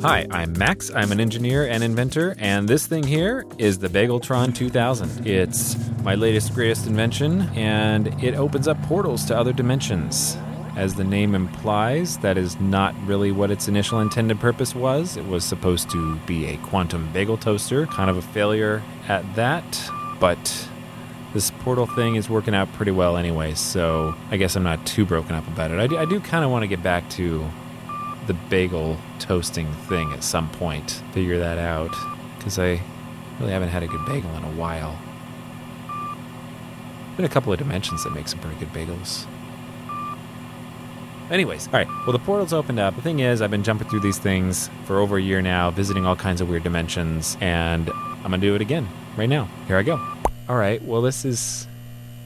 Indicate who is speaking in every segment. Speaker 1: Hi, I'm Max. I'm an engineer and inventor, and this thing here is the Bageltron 2000. It's my latest, greatest invention, and it opens up portals to other dimensions. As the name implies, that is not really what its initial intended purpose was. It was supposed to be a quantum bagel toaster, kind of a failure at that, but this portal thing is working out pretty well anyway, so I guess I'm not too broken up about it. I do, I do kind of want to get back to the bagel toasting thing at some point. Figure that out because I really haven't had a good bagel in a while. Been a couple of dimensions that make some pretty good bagels. Anyways, all right. Well, the portal's opened up. The thing is, I've been jumping through these things for over a year now, visiting all kinds of weird dimensions, and I'm gonna do it again right now. Here I go. All right. Well, this is.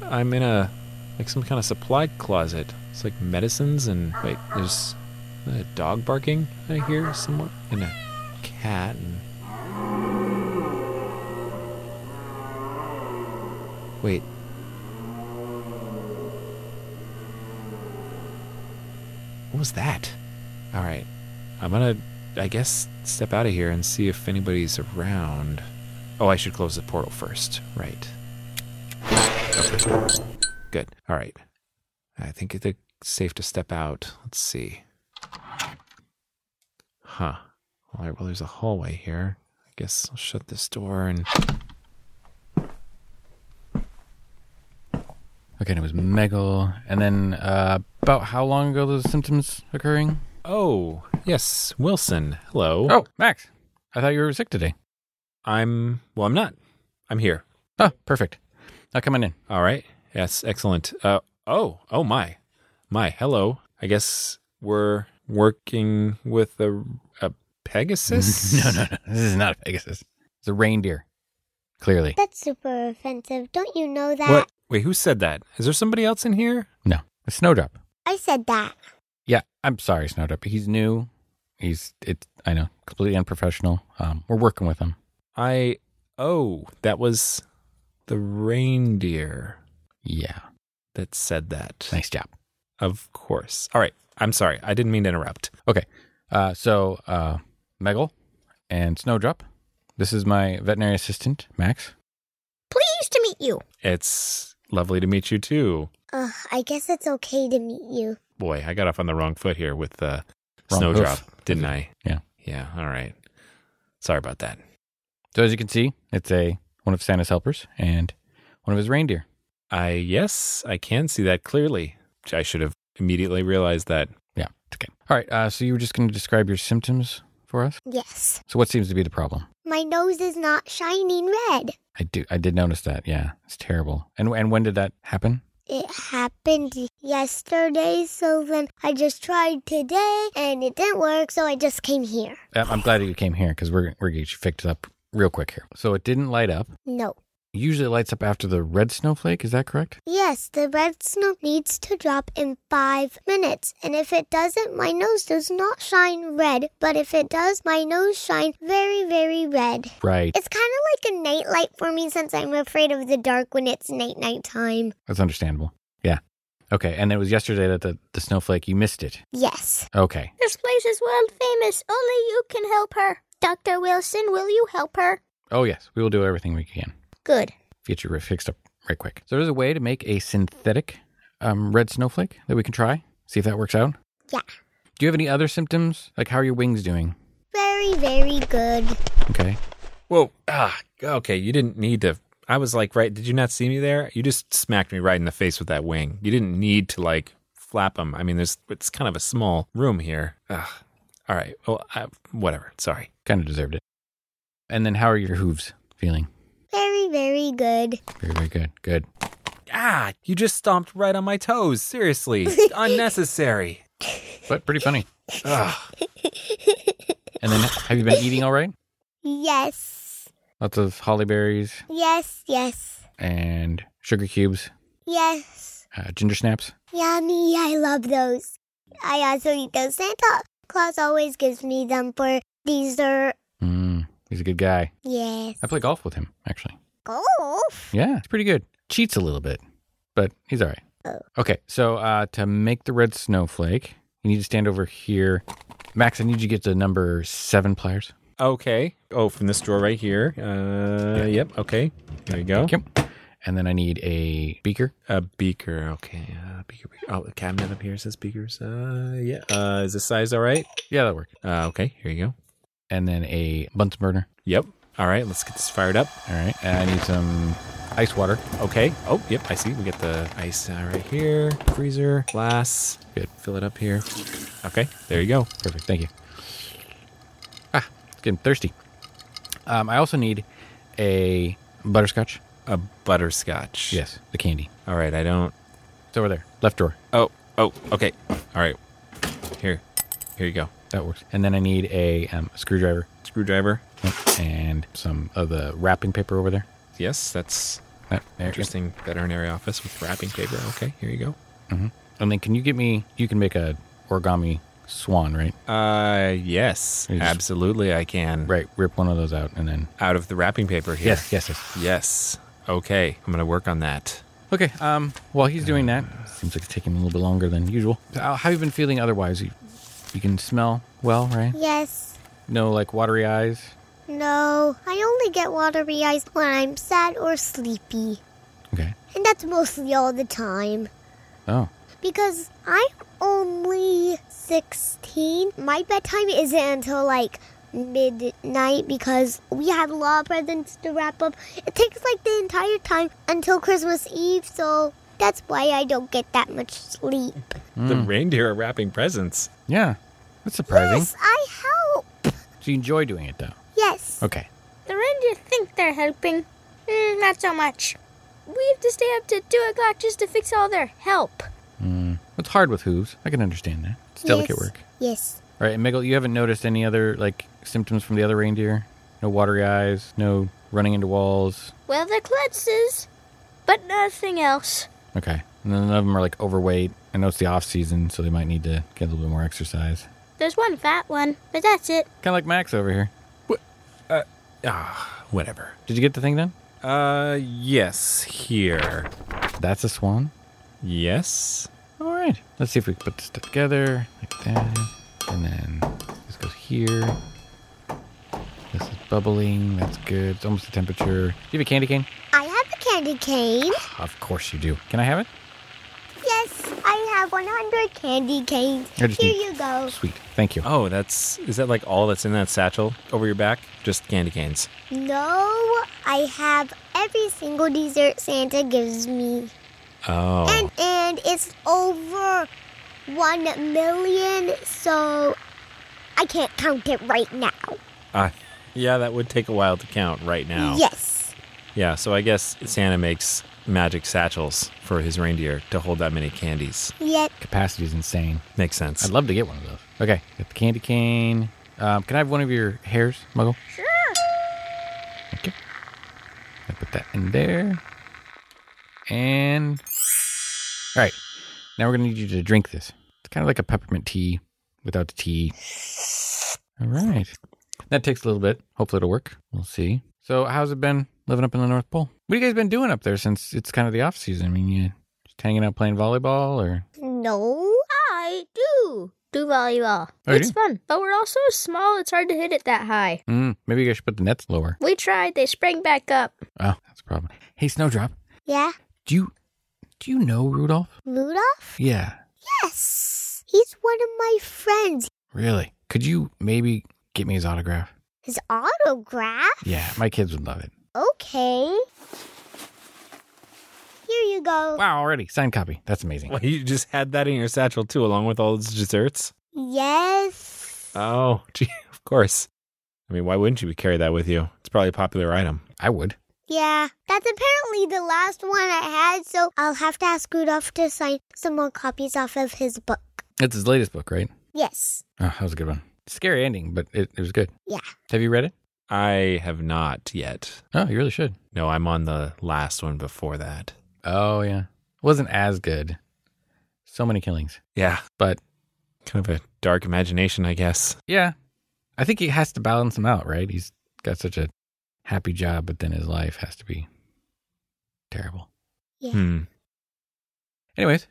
Speaker 1: I'm in a like some kind of supply closet. It's like medicines and wait, there's a dog barking I hear somewhere, and a cat. And... Wait. What was that? All right, I'm gonna, I guess, step out of here and see if anybody's around. Oh, I should close the portal first. Right. Okay. Good. All right. I think it's safe to step out. Let's see. Huh. All right, well, there's a hallway here. I guess I'll shut this door and.
Speaker 2: Okay, and it was Megal. And then uh, about how long ago those symptoms occurring?
Speaker 1: Oh, yes, Wilson. Hello.
Speaker 2: Oh, Max, I thought you were sick today.
Speaker 1: I'm. Well, I'm not. I'm here.
Speaker 2: Oh, perfect. Now come on in.
Speaker 1: All right. Yes, excellent. Uh, oh, oh my. My, hello. I guess we're working with a, a Pegasus?
Speaker 2: No, no, no. This is not a Pegasus. It's a reindeer. Clearly.
Speaker 3: That's super offensive. Don't you know that?
Speaker 1: What? Wait, who said that? Is there somebody else in here?
Speaker 2: No. A snowdrop.
Speaker 3: I said that.
Speaker 2: Yeah, I'm sorry, Snowdrop. He's new. He's it I know, completely unprofessional. Um, we're working with him.
Speaker 1: I. Oh, that was the reindeer
Speaker 2: Yeah.
Speaker 1: that said that.
Speaker 2: Nice job.
Speaker 1: Of course. All right. I'm sorry. I didn't mean to interrupt.
Speaker 2: Okay. Uh, so uh Megal and Snowdrop. This is my veterinary assistant, Max.
Speaker 3: Pleased to meet you.
Speaker 1: It's lovely to meet you too.
Speaker 3: Ugh, I guess it's okay to meet you.
Speaker 1: Boy, I got off on the wrong foot here with the
Speaker 2: Wrong
Speaker 1: snowdrop,
Speaker 2: hoof.
Speaker 1: didn't I?
Speaker 2: Yeah.
Speaker 1: Yeah. All right. Sorry about that.
Speaker 2: So as you can see, it's a one of Santa's helpers and one of his reindeer.
Speaker 1: I yes, I can see that clearly. I should have immediately realized that.
Speaker 2: Yeah, it's okay. All right, uh, so you were just going to describe your symptoms for us.
Speaker 3: Yes.
Speaker 2: So what seems to be the problem?
Speaker 3: My nose is not shining red.
Speaker 2: I do, I did notice that. Yeah, it's terrible. And and when did that happen?
Speaker 3: It happened yesterday, so then I just tried today and it didn't work, so I just came here.
Speaker 2: Uh, I'm glad that you came here because we're we're getting you fixed up real quick here. So it didn't light up.
Speaker 3: No.
Speaker 2: It usually lights up after the red snowflake. Is that correct?
Speaker 3: Yes, the red snow needs to drop in five minutes, and if it doesn't, my nose does not shine red, but if it does, my nose shines very, very red.
Speaker 2: Right.
Speaker 3: It's kind of like a nightlight for me since I'm afraid of the dark when it's night night time.
Speaker 2: That's understandable. Yeah. Okay. And it was yesterday that the, the snowflake you missed it.
Speaker 3: Yes.
Speaker 2: Okay.
Speaker 4: This place is world famous. Only you can help her. Dr. Wilson, will you help her?
Speaker 2: Oh yes, we will do everything we can.
Speaker 3: Good.
Speaker 2: Get you re- fixed up right quick. So there's a way to make a synthetic um, red snowflake that we can try. See if that works out.
Speaker 3: Yeah.
Speaker 2: Do you have any other symptoms? Like how are your wings doing?
Speaker 3: Very, very good.
Speaker 2: Okay.
Speaker 1: Whoa. Ah, okay. You didn't need to. I was like, right. Did you not see me there? You just smacked me right in the face with that wing. You didn't need to like flap them. I mean, there's it's kind of a small room here. Ugh. All right. Well, I, whatever. Sorry.
Speaker 2: Kind of deserved it. And then how are your hooves feeling?
Speaker 3: Very, very good.
Speaker 2: Very, very good. Good.
Speaker 1: Ah, you just stomped right on my toes. Seriously, unnecessary.
Speaker 2: But pretty funny.
Speaker 1: Ugh.
Speaker 2: And then have you been eating all right?
Speaker 3: Yes.
Speaker 2: Lots of holly berries
Speaker 3: Yes, yes,
Speaker 2: and sugar cubes,
Speaker 3: yes.
Speaker 2: uh, ginger snaps.
Speaker 3: Yummy. I love those. I also eat those. Santa Claus always gives me them for dessert.
Speaker 2: Mm, he's a good guy.
Speaker 3: Yes.
Speaker 2: I play golf with him, actually.
Speaker 3: Golf?
Speaker 2: Yeah, it's pretty good. Cheats a little bit, but he's all right.
Speaker 3: Oh.
Speaker 2: Okay, so uh, to make the red snowflake, you need to stand over here. Max, I need you to get to number seven pliers.
Speaker 1: Okay. Oh, from this drawer right here. Uh, Yep. Okay. There you go.
Speaker 2: Yep. And then I need a beaker.
Speaker 1: A beaker. Okay. Uh, beaker, beaker. Oh, the cabinet up here says beakers. Uh, yeah. Uh, is this size all right?
Speaker 2: Yeah, that worked.
Speaker 1: Uh, okay. Here you go.
Speaker 2: And then a Bunsen burner.
Speaker 1: Yep. All right. Let's get this fired up.
Speaker 2: All right. And I need some ice water.
Speaker 1: Okay. Oh, yep. I see. We get the ice uh, right here. Freezer, glass. Good. Fill it up here. Okay. There you go.
Speaker 2: Perfect. Thank you. Ah, it's getting thirsty. Um, I also need a butterscotch.
Speaker 1: A butterscotch.
Speaker 2: Yes, the candy.
Speaker 1: All right. I don't.
Speaker 2: It's over there, left drawer.
Speaker 1: Oh. Oh. Okay. All right. Here. Here you go.
Speaker 2: That works. And then I need a um, screwdriver
Speaker 1: Screwdriver.
Speaker 2: and some of the wrapping paper over there.
Speaker 1: Yes. That's
Speaker 2: That, there it is.
Speaker 1: interesting. Veterinary office with wrapping paper. Okay. Here you go.
Speaker 2: And then can you get me? You can make a origami swan, right?
Speaker 1: Uh, yes,
Speaker 2: You just-
Speaker 1: absolutely, I can.
Speaker 2: Right. Rip one of those out, and then
Speaker 1: Out of the wrapping paper here.
Speaker 2: yes, yes, yes.
Speaker 1: Yes. Okay, I'm gonna work on that.
Speaker 2: Okay. Um. While he's doing that, Uh, seems like it's taking a little bit longer than usual. How how you been feeling otherwise? You, you can smell well, right?
Speaker 3: Yes.
Speaker 2: No, like watery eyes.
Speaker 3: No. I only get watery eyes when I'm sad or sleepy.
Speaker 2: Okay.
Speaker 3: And that's mostly all the time.
Speaker 2: Oh.
Speaker 3: Because I'm only 16. My bedtime isn't until like midnight because we have a lot of presents to wrap up. It takes like the entire time until Christmas Eve, so that's why I don't get that much sleep.
Speaker 1: The reindeer are wrapping presents.
Speaker 2: Yeah. That's surprising.
Speaker 3: Yes, I help.
Speaker 2: So you enjoy doing it though.
Speaker 3: Yes.
Speaker 2: Okay.
Speaker 4: The reindeer think they're helping. Mm, not so much. We have to stay up to 2 o'clock just to fix all their help.
Speaker 2: It's hard with hooves. I can understand that. It's delicate
Speaker 3: Yes.
Speaker 2: work.
Speaker 3: Yes.
Speaker 2: All right, and Miguel, you haven't noticed any other like symptoms from the other reindeer? No watery eyes, no running into walls.
Speaker 4: Well, the kletzes, but nothing else.
Speaker 2: Okay. And then none of them are like overweight. I know it's the off season, so they might need to get a little bit more exercise.
Speaker 4: There's one fat one, but that's it.
Speaker 2: Kind of like Max over here.
Speaker 1: Ah, whatever.
Speaker 2: Did you get the thing done?
Speaker 1: Uh, yes, here.
Speaker 2: That's a swan.
Speaker 1: Yes.
Speaker 2: All right. Let's see if we can put this together like that. And then this goes here. This is bubbling. That's good. It's almost the temperature. Do you have a candy cane?
Speaker 3: I have a candy cane.
Speaker 2: Of course you do. Can I have it?
Speaker 3: Yes, I have 100 candy canes.
Speaker 2: I
Speaker 3: Here
Speaker 2: just need-
Speaker 3: you go.
Speaker 2: Sweet. Thank you.
Speaker 1: Oh, that's is that like all that's in that satchel over your back? Just candy canes.
Speaker 3: No, I have every single dessert Santa gives me.
Speaker 1: Oh,
Speaker 3: And and it's over 1 million, so I can't count it right now.
Speaker 1: uh, yeah, that would take a while to count right now.
Speaker 3: Yes.
Speaker 1: Yeah. So I guess Santa makes magic satchels for his reindeer to hold that many candies.
Speaker 3: Yet
Speaker 2: Capacity is insane.
Speaker 1: Makes sense.
Speaker 2: I'd love to get one of those. Okay, got the candy cane. Um, can I have one of your hairs, Muggle? Sure. Okay. I put that in there. And all right, now we're gonna need you to drink this. It's kind of like a peppermint tea without the tea. All right, that takes a little bit. Hopefully, it'll work. We'll see. So, how's it been living up in the North Pole? What have you guys been doing up there since it's kind of the off season? I mean, you just hanging out playing volleyball, or
Speaker 3: no.
Speaker 4: I do do volleyball.
Speaker 2: Oh, you
Speaker 4: it's
Speaker 2: do?
Speaker 4: fun, but we're all so small it's hard to hit it that high.
Speaker 2: Mm, maybe you guys should put the nets lower.
Speaker 4: We tried, they sprang back up.
Speaker 2: Oh, that's a problem. Hey, Snowdrop,
Speaker 3: Yeah.
Speaker 2: do you do you know Rudolph?
Speaker 3: Rudolph?
Speaker 2: Yeah,
Speaker 3: Yes. He's one of my friends.
Speaker 2: really. Could you maybe get me his autograph?
Speaker 3: His autograph?
Speaker 2: Yeah, my kids would love it.
Speaker 3: Okay. Here you go.
Speaker 2: Wow, already signed copy. That's amazing.
Speaker 1: Well, you just had that in your satchel too, along with all those desserts.
Speaker 3: Yes.
Speaker 2: Uh.
Speaker 1: Oh, gee, of course. I mean, why wouldn't you carry that with you? It's probably a popular item.
Speaker 2: I would.
Speaker 3: Yeah, that's apparently the last one I had, so I'll have to ask Rudolph to sign some more copies off of his book.
Speaker 2: It's his latest book, right?
Speaker 3: Yes.
Speaker 2: Oh, that was a good one. Scary ending, but it, it was good.
Speaker 3: Yeah.
Speaker 2: Have you read it?
Speaker 1: I have not yet.
Speaker 2: Oh, you really should.
Speaker 1: No, I'm on the last one before that.
Speaker 2: Oh yeah, wasn't as good. So many killings,
Speaker 1: Yeah,
Speaker 2: but
Speaker 1: kind of a dark imagination, I guess.
Speaker 2: yeah, I think he has to balance them out, right? He's got such a happy job, but then his life has to be terrible.
Speaker 3: Yeah.
Speaker 1: Hmm.
Speaker 2: Anyways,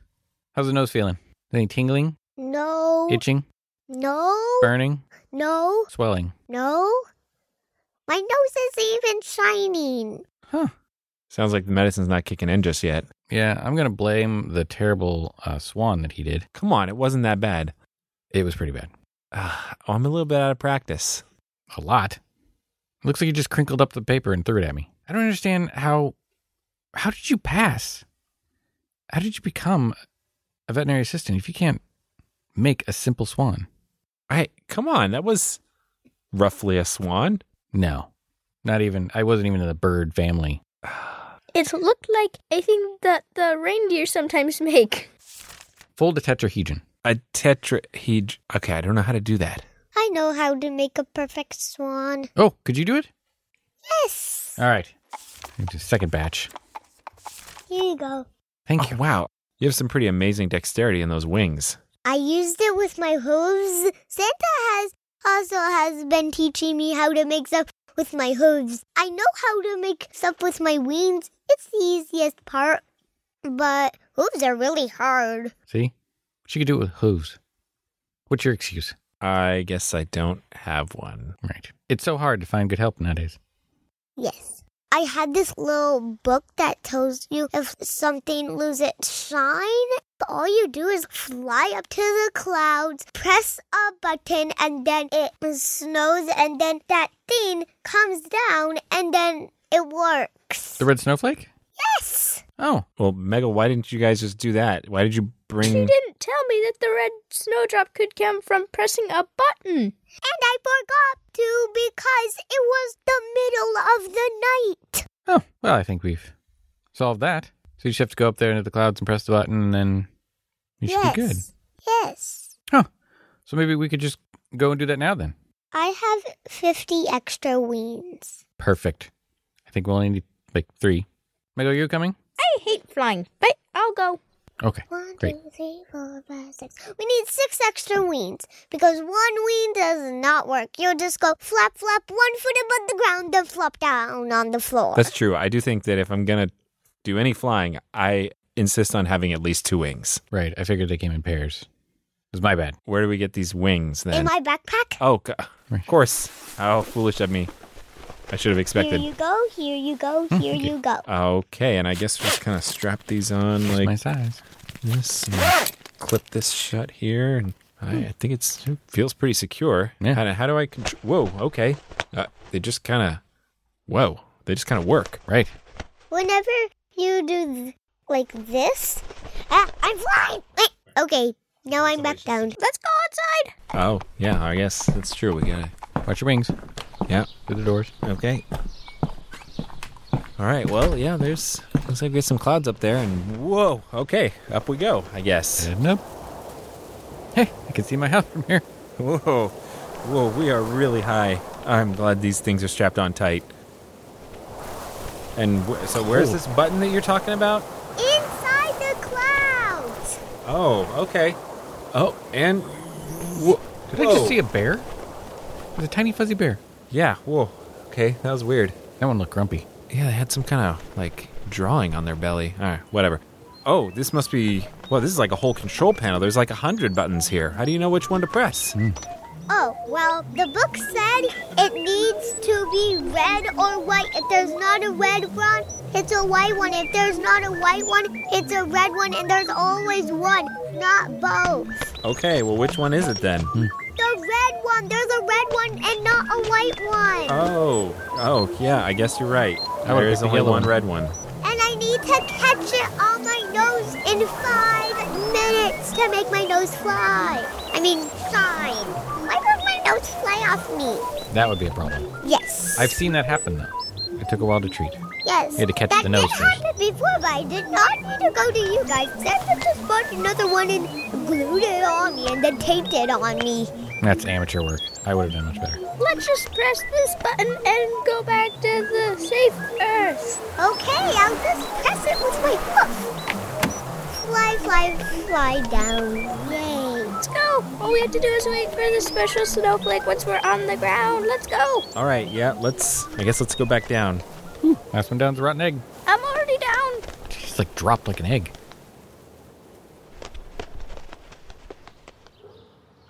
Speaker 2: how's the nose feeling? Any tingling,
Speaker 3: No.
Speaker 2: itching?
Speaker 3: No,
Speaker 2: Burning,
Speaker 3: no,
Speaker 2: swelling.
Speaker 3: no. My nose is even shining.
Speaker 2: Huh.
Speaker 1: Sounds like the medicine's not kicking in just yet.
Speaker 2: Yeah, I'm going to blame the terrible uh, swan that he did.
Speaker 1: Come on, it wasn't that bad.
Speaker 2: It was pretty bad.
Speaker 1: Uh, I'm a little bit out of practice.
Speaker 2: A lot. Looks like he just crinkled up the paper and threw it at me. I don't understand how. How did you pass? How did you become a veterinary assistant if you can't make a simple swan?
Speaker 1: I come on, that was roughly a swan.
Speaker 2: No, not even. I wasn't even in the bird family.
Speaker 4: It looked like a thing that the reindeer sometimes make.
Speaker 2: Full to tetrahedron.
Speaker 1: A tetrahedron. Okay, I don't know how to do that.
Speaker 3: I know how to make a perfect swan.
Speaker 2: Oh, could you do it?
Speaker 3: Yes.
Speaker 2: All right. Here's the Second batch.
Speaker 3: Here you go.
Speaker 2: Thank
Speaker 1: Oh,
Speaker 2: you.
Speaker 1: wow. You have some pretty amazing dexterity in those wings.
Speaker 3: I used it with my hooves. Santa has also has been teaching me how to make stuff with my hooves. I know how to make stuff with my wings. It's the easiest part, but hooves are really hard.
Speaker 2: See? She could do it with hooves. What's your excuse?
Speaker 1: I guess I don't have one.
Speaker 2: Right. It's so hard to find good help nowadays.
Speaker 3: Yes. I had this little book that tells you if something loses its shine. All you do is fly up to the clouds, press a button, and then it snows, and then that thing comes down, and then it works.
Speaker 2: The red snowflake?
Speaker 3: Yes!
Speaker 2: Oh,
Speaker 1: Well, Mega, why didn't you guys just do that? Why did you
Speaker 4: She
Speaker 1: bring
Speaker 4: didn't tell me that the red snowdrop could come from pressing a button.
Speaker 3: And I forgot to because it was the middle of the night.
Speaker 2: Oh, well, I think we've solved that. So you just have to go up there into the clouds and press the button, and then you should
Speaker 3: yes.
Speaker 2: be good.
Speaker 3: Yes.
Speaker 2: So maybe we could just go and do that now then.
Speaker 3: I have 50 extra wings.
Speaker 2: Perfect. I think we only need like three. Michael, are you coming?
Speaker 4: I hate flying, but I'll go.
Speaker 2: Okay.
Speaker 3: One,
Speaker 2: Great.
Speaker 3: two, three, four, five, six. We need six extra wings because one wing does not work. You'll just go flap, flap, one foot above the ground, then flop down on the floor.
Speaker 1: That's true. I do think that if I'm going to do any flying, I insist on having at least two wings.
Speaker 2: Right. I figured they came in pairs. It was my bad.
Speaker 1: Where do we get these wings
Speaker 3: In
Speaker 1: then?
Speaker 3: my backpack.
Speaker 1: oh, g- of course. How foolish of me. I should have
Speaker 3: Here
Speaker 1: expected.
Speaker 3: you go. Here you go. Here
Speaker 2: okay.
Speaker 3: you go.
Speaker 1: Okay, and I guess just kind of strap these on
Speaker 2: It's
Speaker 1: like
Speaker 2: my size.
Speaker 1: this and clip this shut here and I, I think it's it feels pretty secure
Speaker 2: Yeah.
Speaker 1: how, do- how do i control whoa okay uh, they just kind of whoa they just kind of work
Speaker 2: Right.
Speaker 3: Whenever you do th- like this, ah, I'm flying. Wait. Okay. Now I'm back down.
Speaker 4: Let's go outside.
Speaker 1: oh yeah i guess that's true we gotta
Speaker 2: Watch your wings
Speaker 1: yeah
Speaker 2: through the doors.
Speaker 1: okay all right well yeah there's looks like there's some clouds up there and whoa okay up we go i guess
Speaker 2: Heading up. Hey, I can see my house from here.
Speaker 1: whoa whoa we are really high i'm glad these things are strapped on tight and wh- so where's
Speaker 2: Cool.
Speaker 1: this button that you're talking about
Speaker 3: Inside the clouds.
Speaker 1: Oh, okay. Oh, and whoa,
Speaker 2: Did I just see a bear? It was a tiny fuzzy bear.
Speaker 1: Yeah. Whoa. Okay, that was weird.
Speaker 2: That one looked grumpy.
Speaker 1: Yeah, they had some kind of like drawing on their belly. All right, whatever. Oh, this must be. Well, this is like a whole control panel. There's like a hundred buttons here. How do you know which one to press?
Speaker 2: Hmm.
Speaker 3: Oh, well, the book said it needs to be red or white. If there's not a red one, it's a white one. If there's not a white one, it's a red one. And there's always one, not both.
Speaker 1: Okay. Well, which one is it then?
Speaker 2: Hmm.
Speaker 3: The red one, there's a red one and not a white one.
Speaker 1: Oh. Oh, yeah. I guess you're right.
Speaker 2: I would've
Speaker 1: There is
Speaker 2: picked
Speaker 1: only
Speaker 2: the yellow
Speaker 1: one
Speaker 2: one.
Speaker 1: red one.
Speaker 3: And I need to catch it on my nose in five minutes to make my nose fly. I mean, shine. Why would my nose fly off me?
Speaker 2: That would be a problem.
Speaker 3: Yes.
Speaker 2: I've seen that happen though. It took a while to treat.
Speaker 3: Yes.
Speaker 2: You had to catch
Speaker 3: that
Speaker 2: the nose
Speaker 3: did
Speaker 2: first.
Speaker 3: happen before, but I did not need to go to you guys. Santa just bought another one and glued it on me and then taped it on me.
Speaker 2: That's amateur work. I would have done much better.
Speaker 4: Let's just press this button and go back to the safe earth.
Speaker 3: Okay, I'll just press it with my hoof. Fly, fly, fly down. Yay.
Speaker 4: Let's go. All we have to do is wait for the special snowflake once we're on the ground. Let's go.
Speaker 1: All right. Yeah. Let's. I guess let's go back down.
Speaker 2: Last one down's a rotten egg.
Speaker 4: I'm already down.
Speaker 2: It's like dropped like an egg.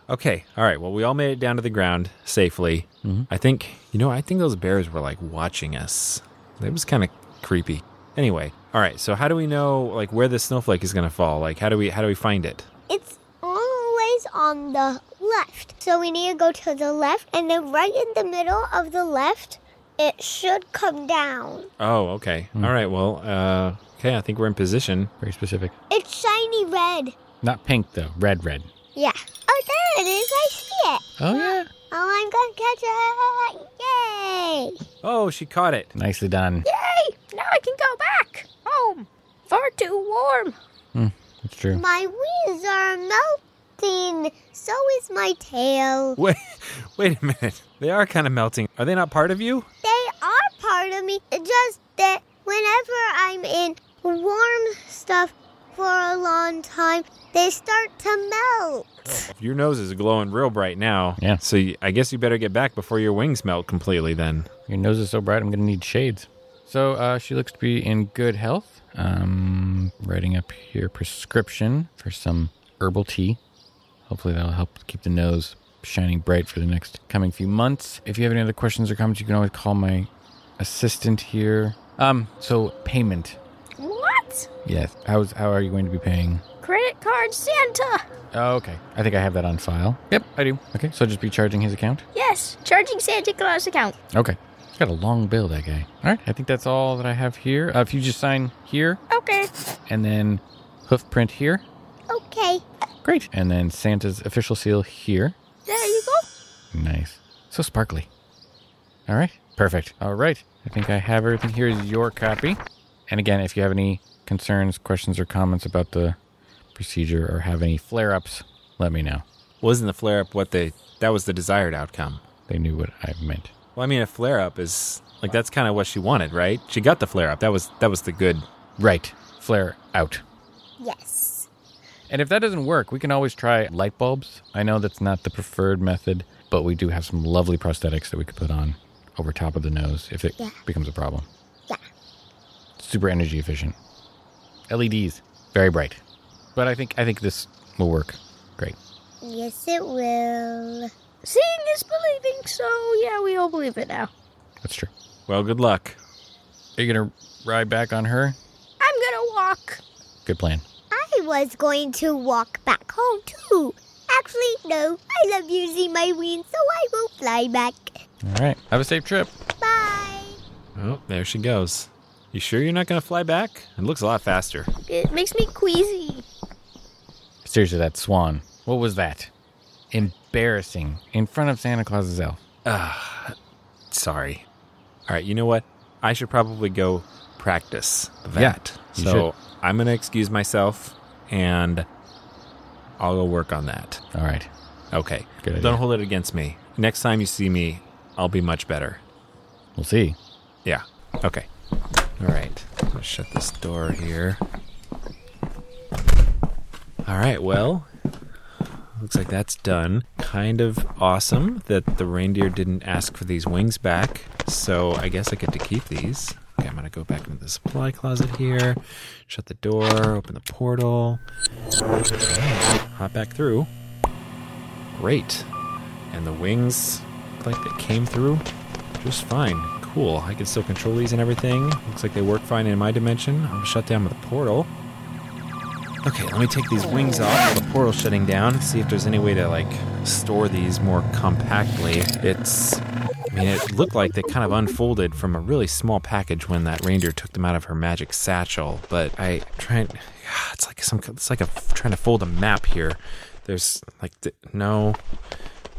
Speaker 1: Okay. All right. Well, we all made it down to the ground safely. I think, you know, I think those bears were like watching us. It was kind of creepy. Anyway, all right. So how do we know like where the snowflake is going to fall? Like how do we how do we find it?
Speaker 3: It's always on the left. So we need to go to the left, and then right in the middle of the left, it should come down.
Speaker 1: Oh, okay. All right. Well, uh okay, I think we're in position.
Speaker 2: Very specific.
Speaker 3: It's shiny red.
Speaker 2: Not pink though. Red, red.
Speaker 3: Yeah. Oh, there it is. I see it.
Speaker 2: Oh yeah.
Speaker 3: Oh, I'm going to catch it. Yay.
Speaker 1: Oh, she caught it.
Speaker 2: Nicely done.
Speaker 4: Yay! Now I can go back home. Far too warm.
Speaker 2: It's true.
Speaker 3: My wings are melting. So is my tail.
Speaker 1: Wait. Wait a minute. They are kind of melting. Are they not part of you?
Speaker 3: They are part of me. It's just that whenever I'm in warm stuff for a long time, they start to melt.
Speaker 1: Your nose is glowing real bright now.
Speaker 2: Yeah.
Speaker 1: So you, I guess you better get back before your wings melt completely then.
Speaker 2: Your nose is so bright, I'm going to need shades. So uh, she looks to be in good health. Um, writing up here prescription for some herbal tea. Hopefully that'll help keep the nose shining bright for the next coming few months. If you have any other questions or comments, you can always call my assistant here. Um, so payment.
Speaker 4: What?
Speaker 2: Yes. How's how are you going to be paying?
Speaker 4: Credit card Santa.
Speaker 2: Oh, okay. I think I have that on file. Yep, I do. Okay, so just be charging his account.
Speaker 4: Yes, charging Santa Claus account.
Speaker 2: Okay. He's got a long bill, that guy. All right, I think that's all that I have here. Uh, if you just sign here
Speaker 4: Okay.
Speaker 2: and then hoof print here,
Speaker 3: Okay.
Speaker 2: great. And then Santa's official seal here.
Speaker 4: There you go.
Speaker 2: Nice. So sparkly. All right. Perfect. All right. I think I have everything. Here is your copy. And again, if you have any concerns, questions, or comments about the procedure or have any flare ups, let me know.
Speaker 1: Wasn't the flare up what they that was the desired outcome?
Speaker 2: They knew what I meant.
Speaker 1: Well, I mean, a flare up is like that's kind of what she wanted, right? She got the flare up. That was that was the good.
Speaker 2: Right. Flare out.
Speaker 3: Yes.
Speaker 2: And if that doesn't work, we can always try light bulbs. I know that's not the preferred method, but we do have some lovely prosthetics that we could put on over top of the nose if it
Speaker 3: Yeah.
Speaker 2: becomes a problem.
Speaker 3: Yeah.
Speaker 2: Super energy efficient. LEDs, very bright. But I think I think this will work. Great.
Speaker 3: Yes, it will.
Speaker 4: Seeing is believing, so yeah, we all believe it now.
Speaker 2: That's true.
Speaker 1: Well, good luck.
Speaker 2: Are you gonna ride back on her?
Speaker 4: I'm gonna walk.
Speaker 2: Good plan.
Speaker 3: I was going to walk back home too. Actually, no. I love using my wings, so I will fly back.
Speaker 2: All right. Have a safe trip.
Speaker 3: Bye.
Speaker 1: Oh, there she goes. You sure you're not going to fly back? It looks a lot faster.
Speaker 4: It makes me queasy.
Speaker 2: Seriously, that swan. What was that? Embarrassing. In front of Santa Claus's elf.
Speaker 1: Sorry. All right, you know what? I should probably go practice that.
Speaker 2: you
Speaker 1: so I'm going to excuse myself and I'll go work on that.
Speaker 2: All right.
Speaker 1: Okay.
Speaker 2: Good idea.
Speaker 1: Don't hold it against me. Next time you see me, I'll be much better.
Speaker 2: We'll see.
Speaker 1: Yeah. Okay. All right. Let's shut this door here. All right. Well, looks like that's done. Kind of awesome that the reindeer didn't ask for these wings back. So I guess I get to keep these. Okay, I'm going to go back into the supply closet here, shut the door, open the portal, hop back through. Great. And the wings look like they came through just fine. Cool. I can still control these and everything. Looks like they work fine in my dimension. I'm shut down with the portal. Okay, let me take these wings off while the portal's shutting down. See if there's any way to like store these more compactly. It's I mean it looked like they kind of unfolded from a really small package when that reindeer took them out of her magic satchel, but I trying it's like some it's like a trying to fold a map here. There's like th- no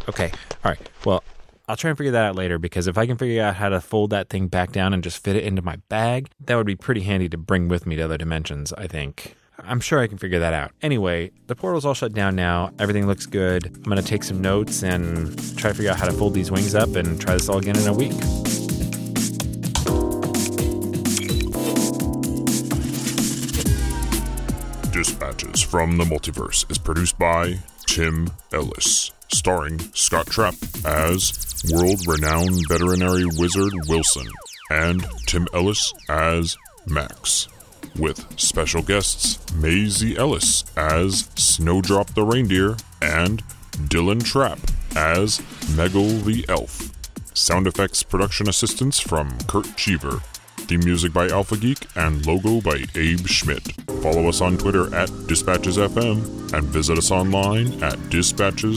Speaker 1: Okay. All right. Well, I'll try and figure that out later because if I can figure out how to fold that thing back down and just fit it into my bag, that would be pretty handy to bring with me to other dimensions, I think. I'm sure I can figure that out. Anyway, the portal's all shut down now. Everything looks good. I'm going to take some notes and try to figure out how to fold these wings up and try this all again in a week.
Speaker 5: Dispatches from the Multiverse is produced by Tim Ellis, starring Scott Trapp as world renowned veterinary wizard Wilson and Tim Ellis as Max, with special guests Maisie Ellis as Snowdrop the Reindeer and Dylan Trapp as Megal the Elf. Sound effects production assistance from Kurt Cheever. Theme music by Alpha Geek and logo by Abe Schmidt. Follow us on Twitter at DispatchesFM and visit us online at dispatches.fm.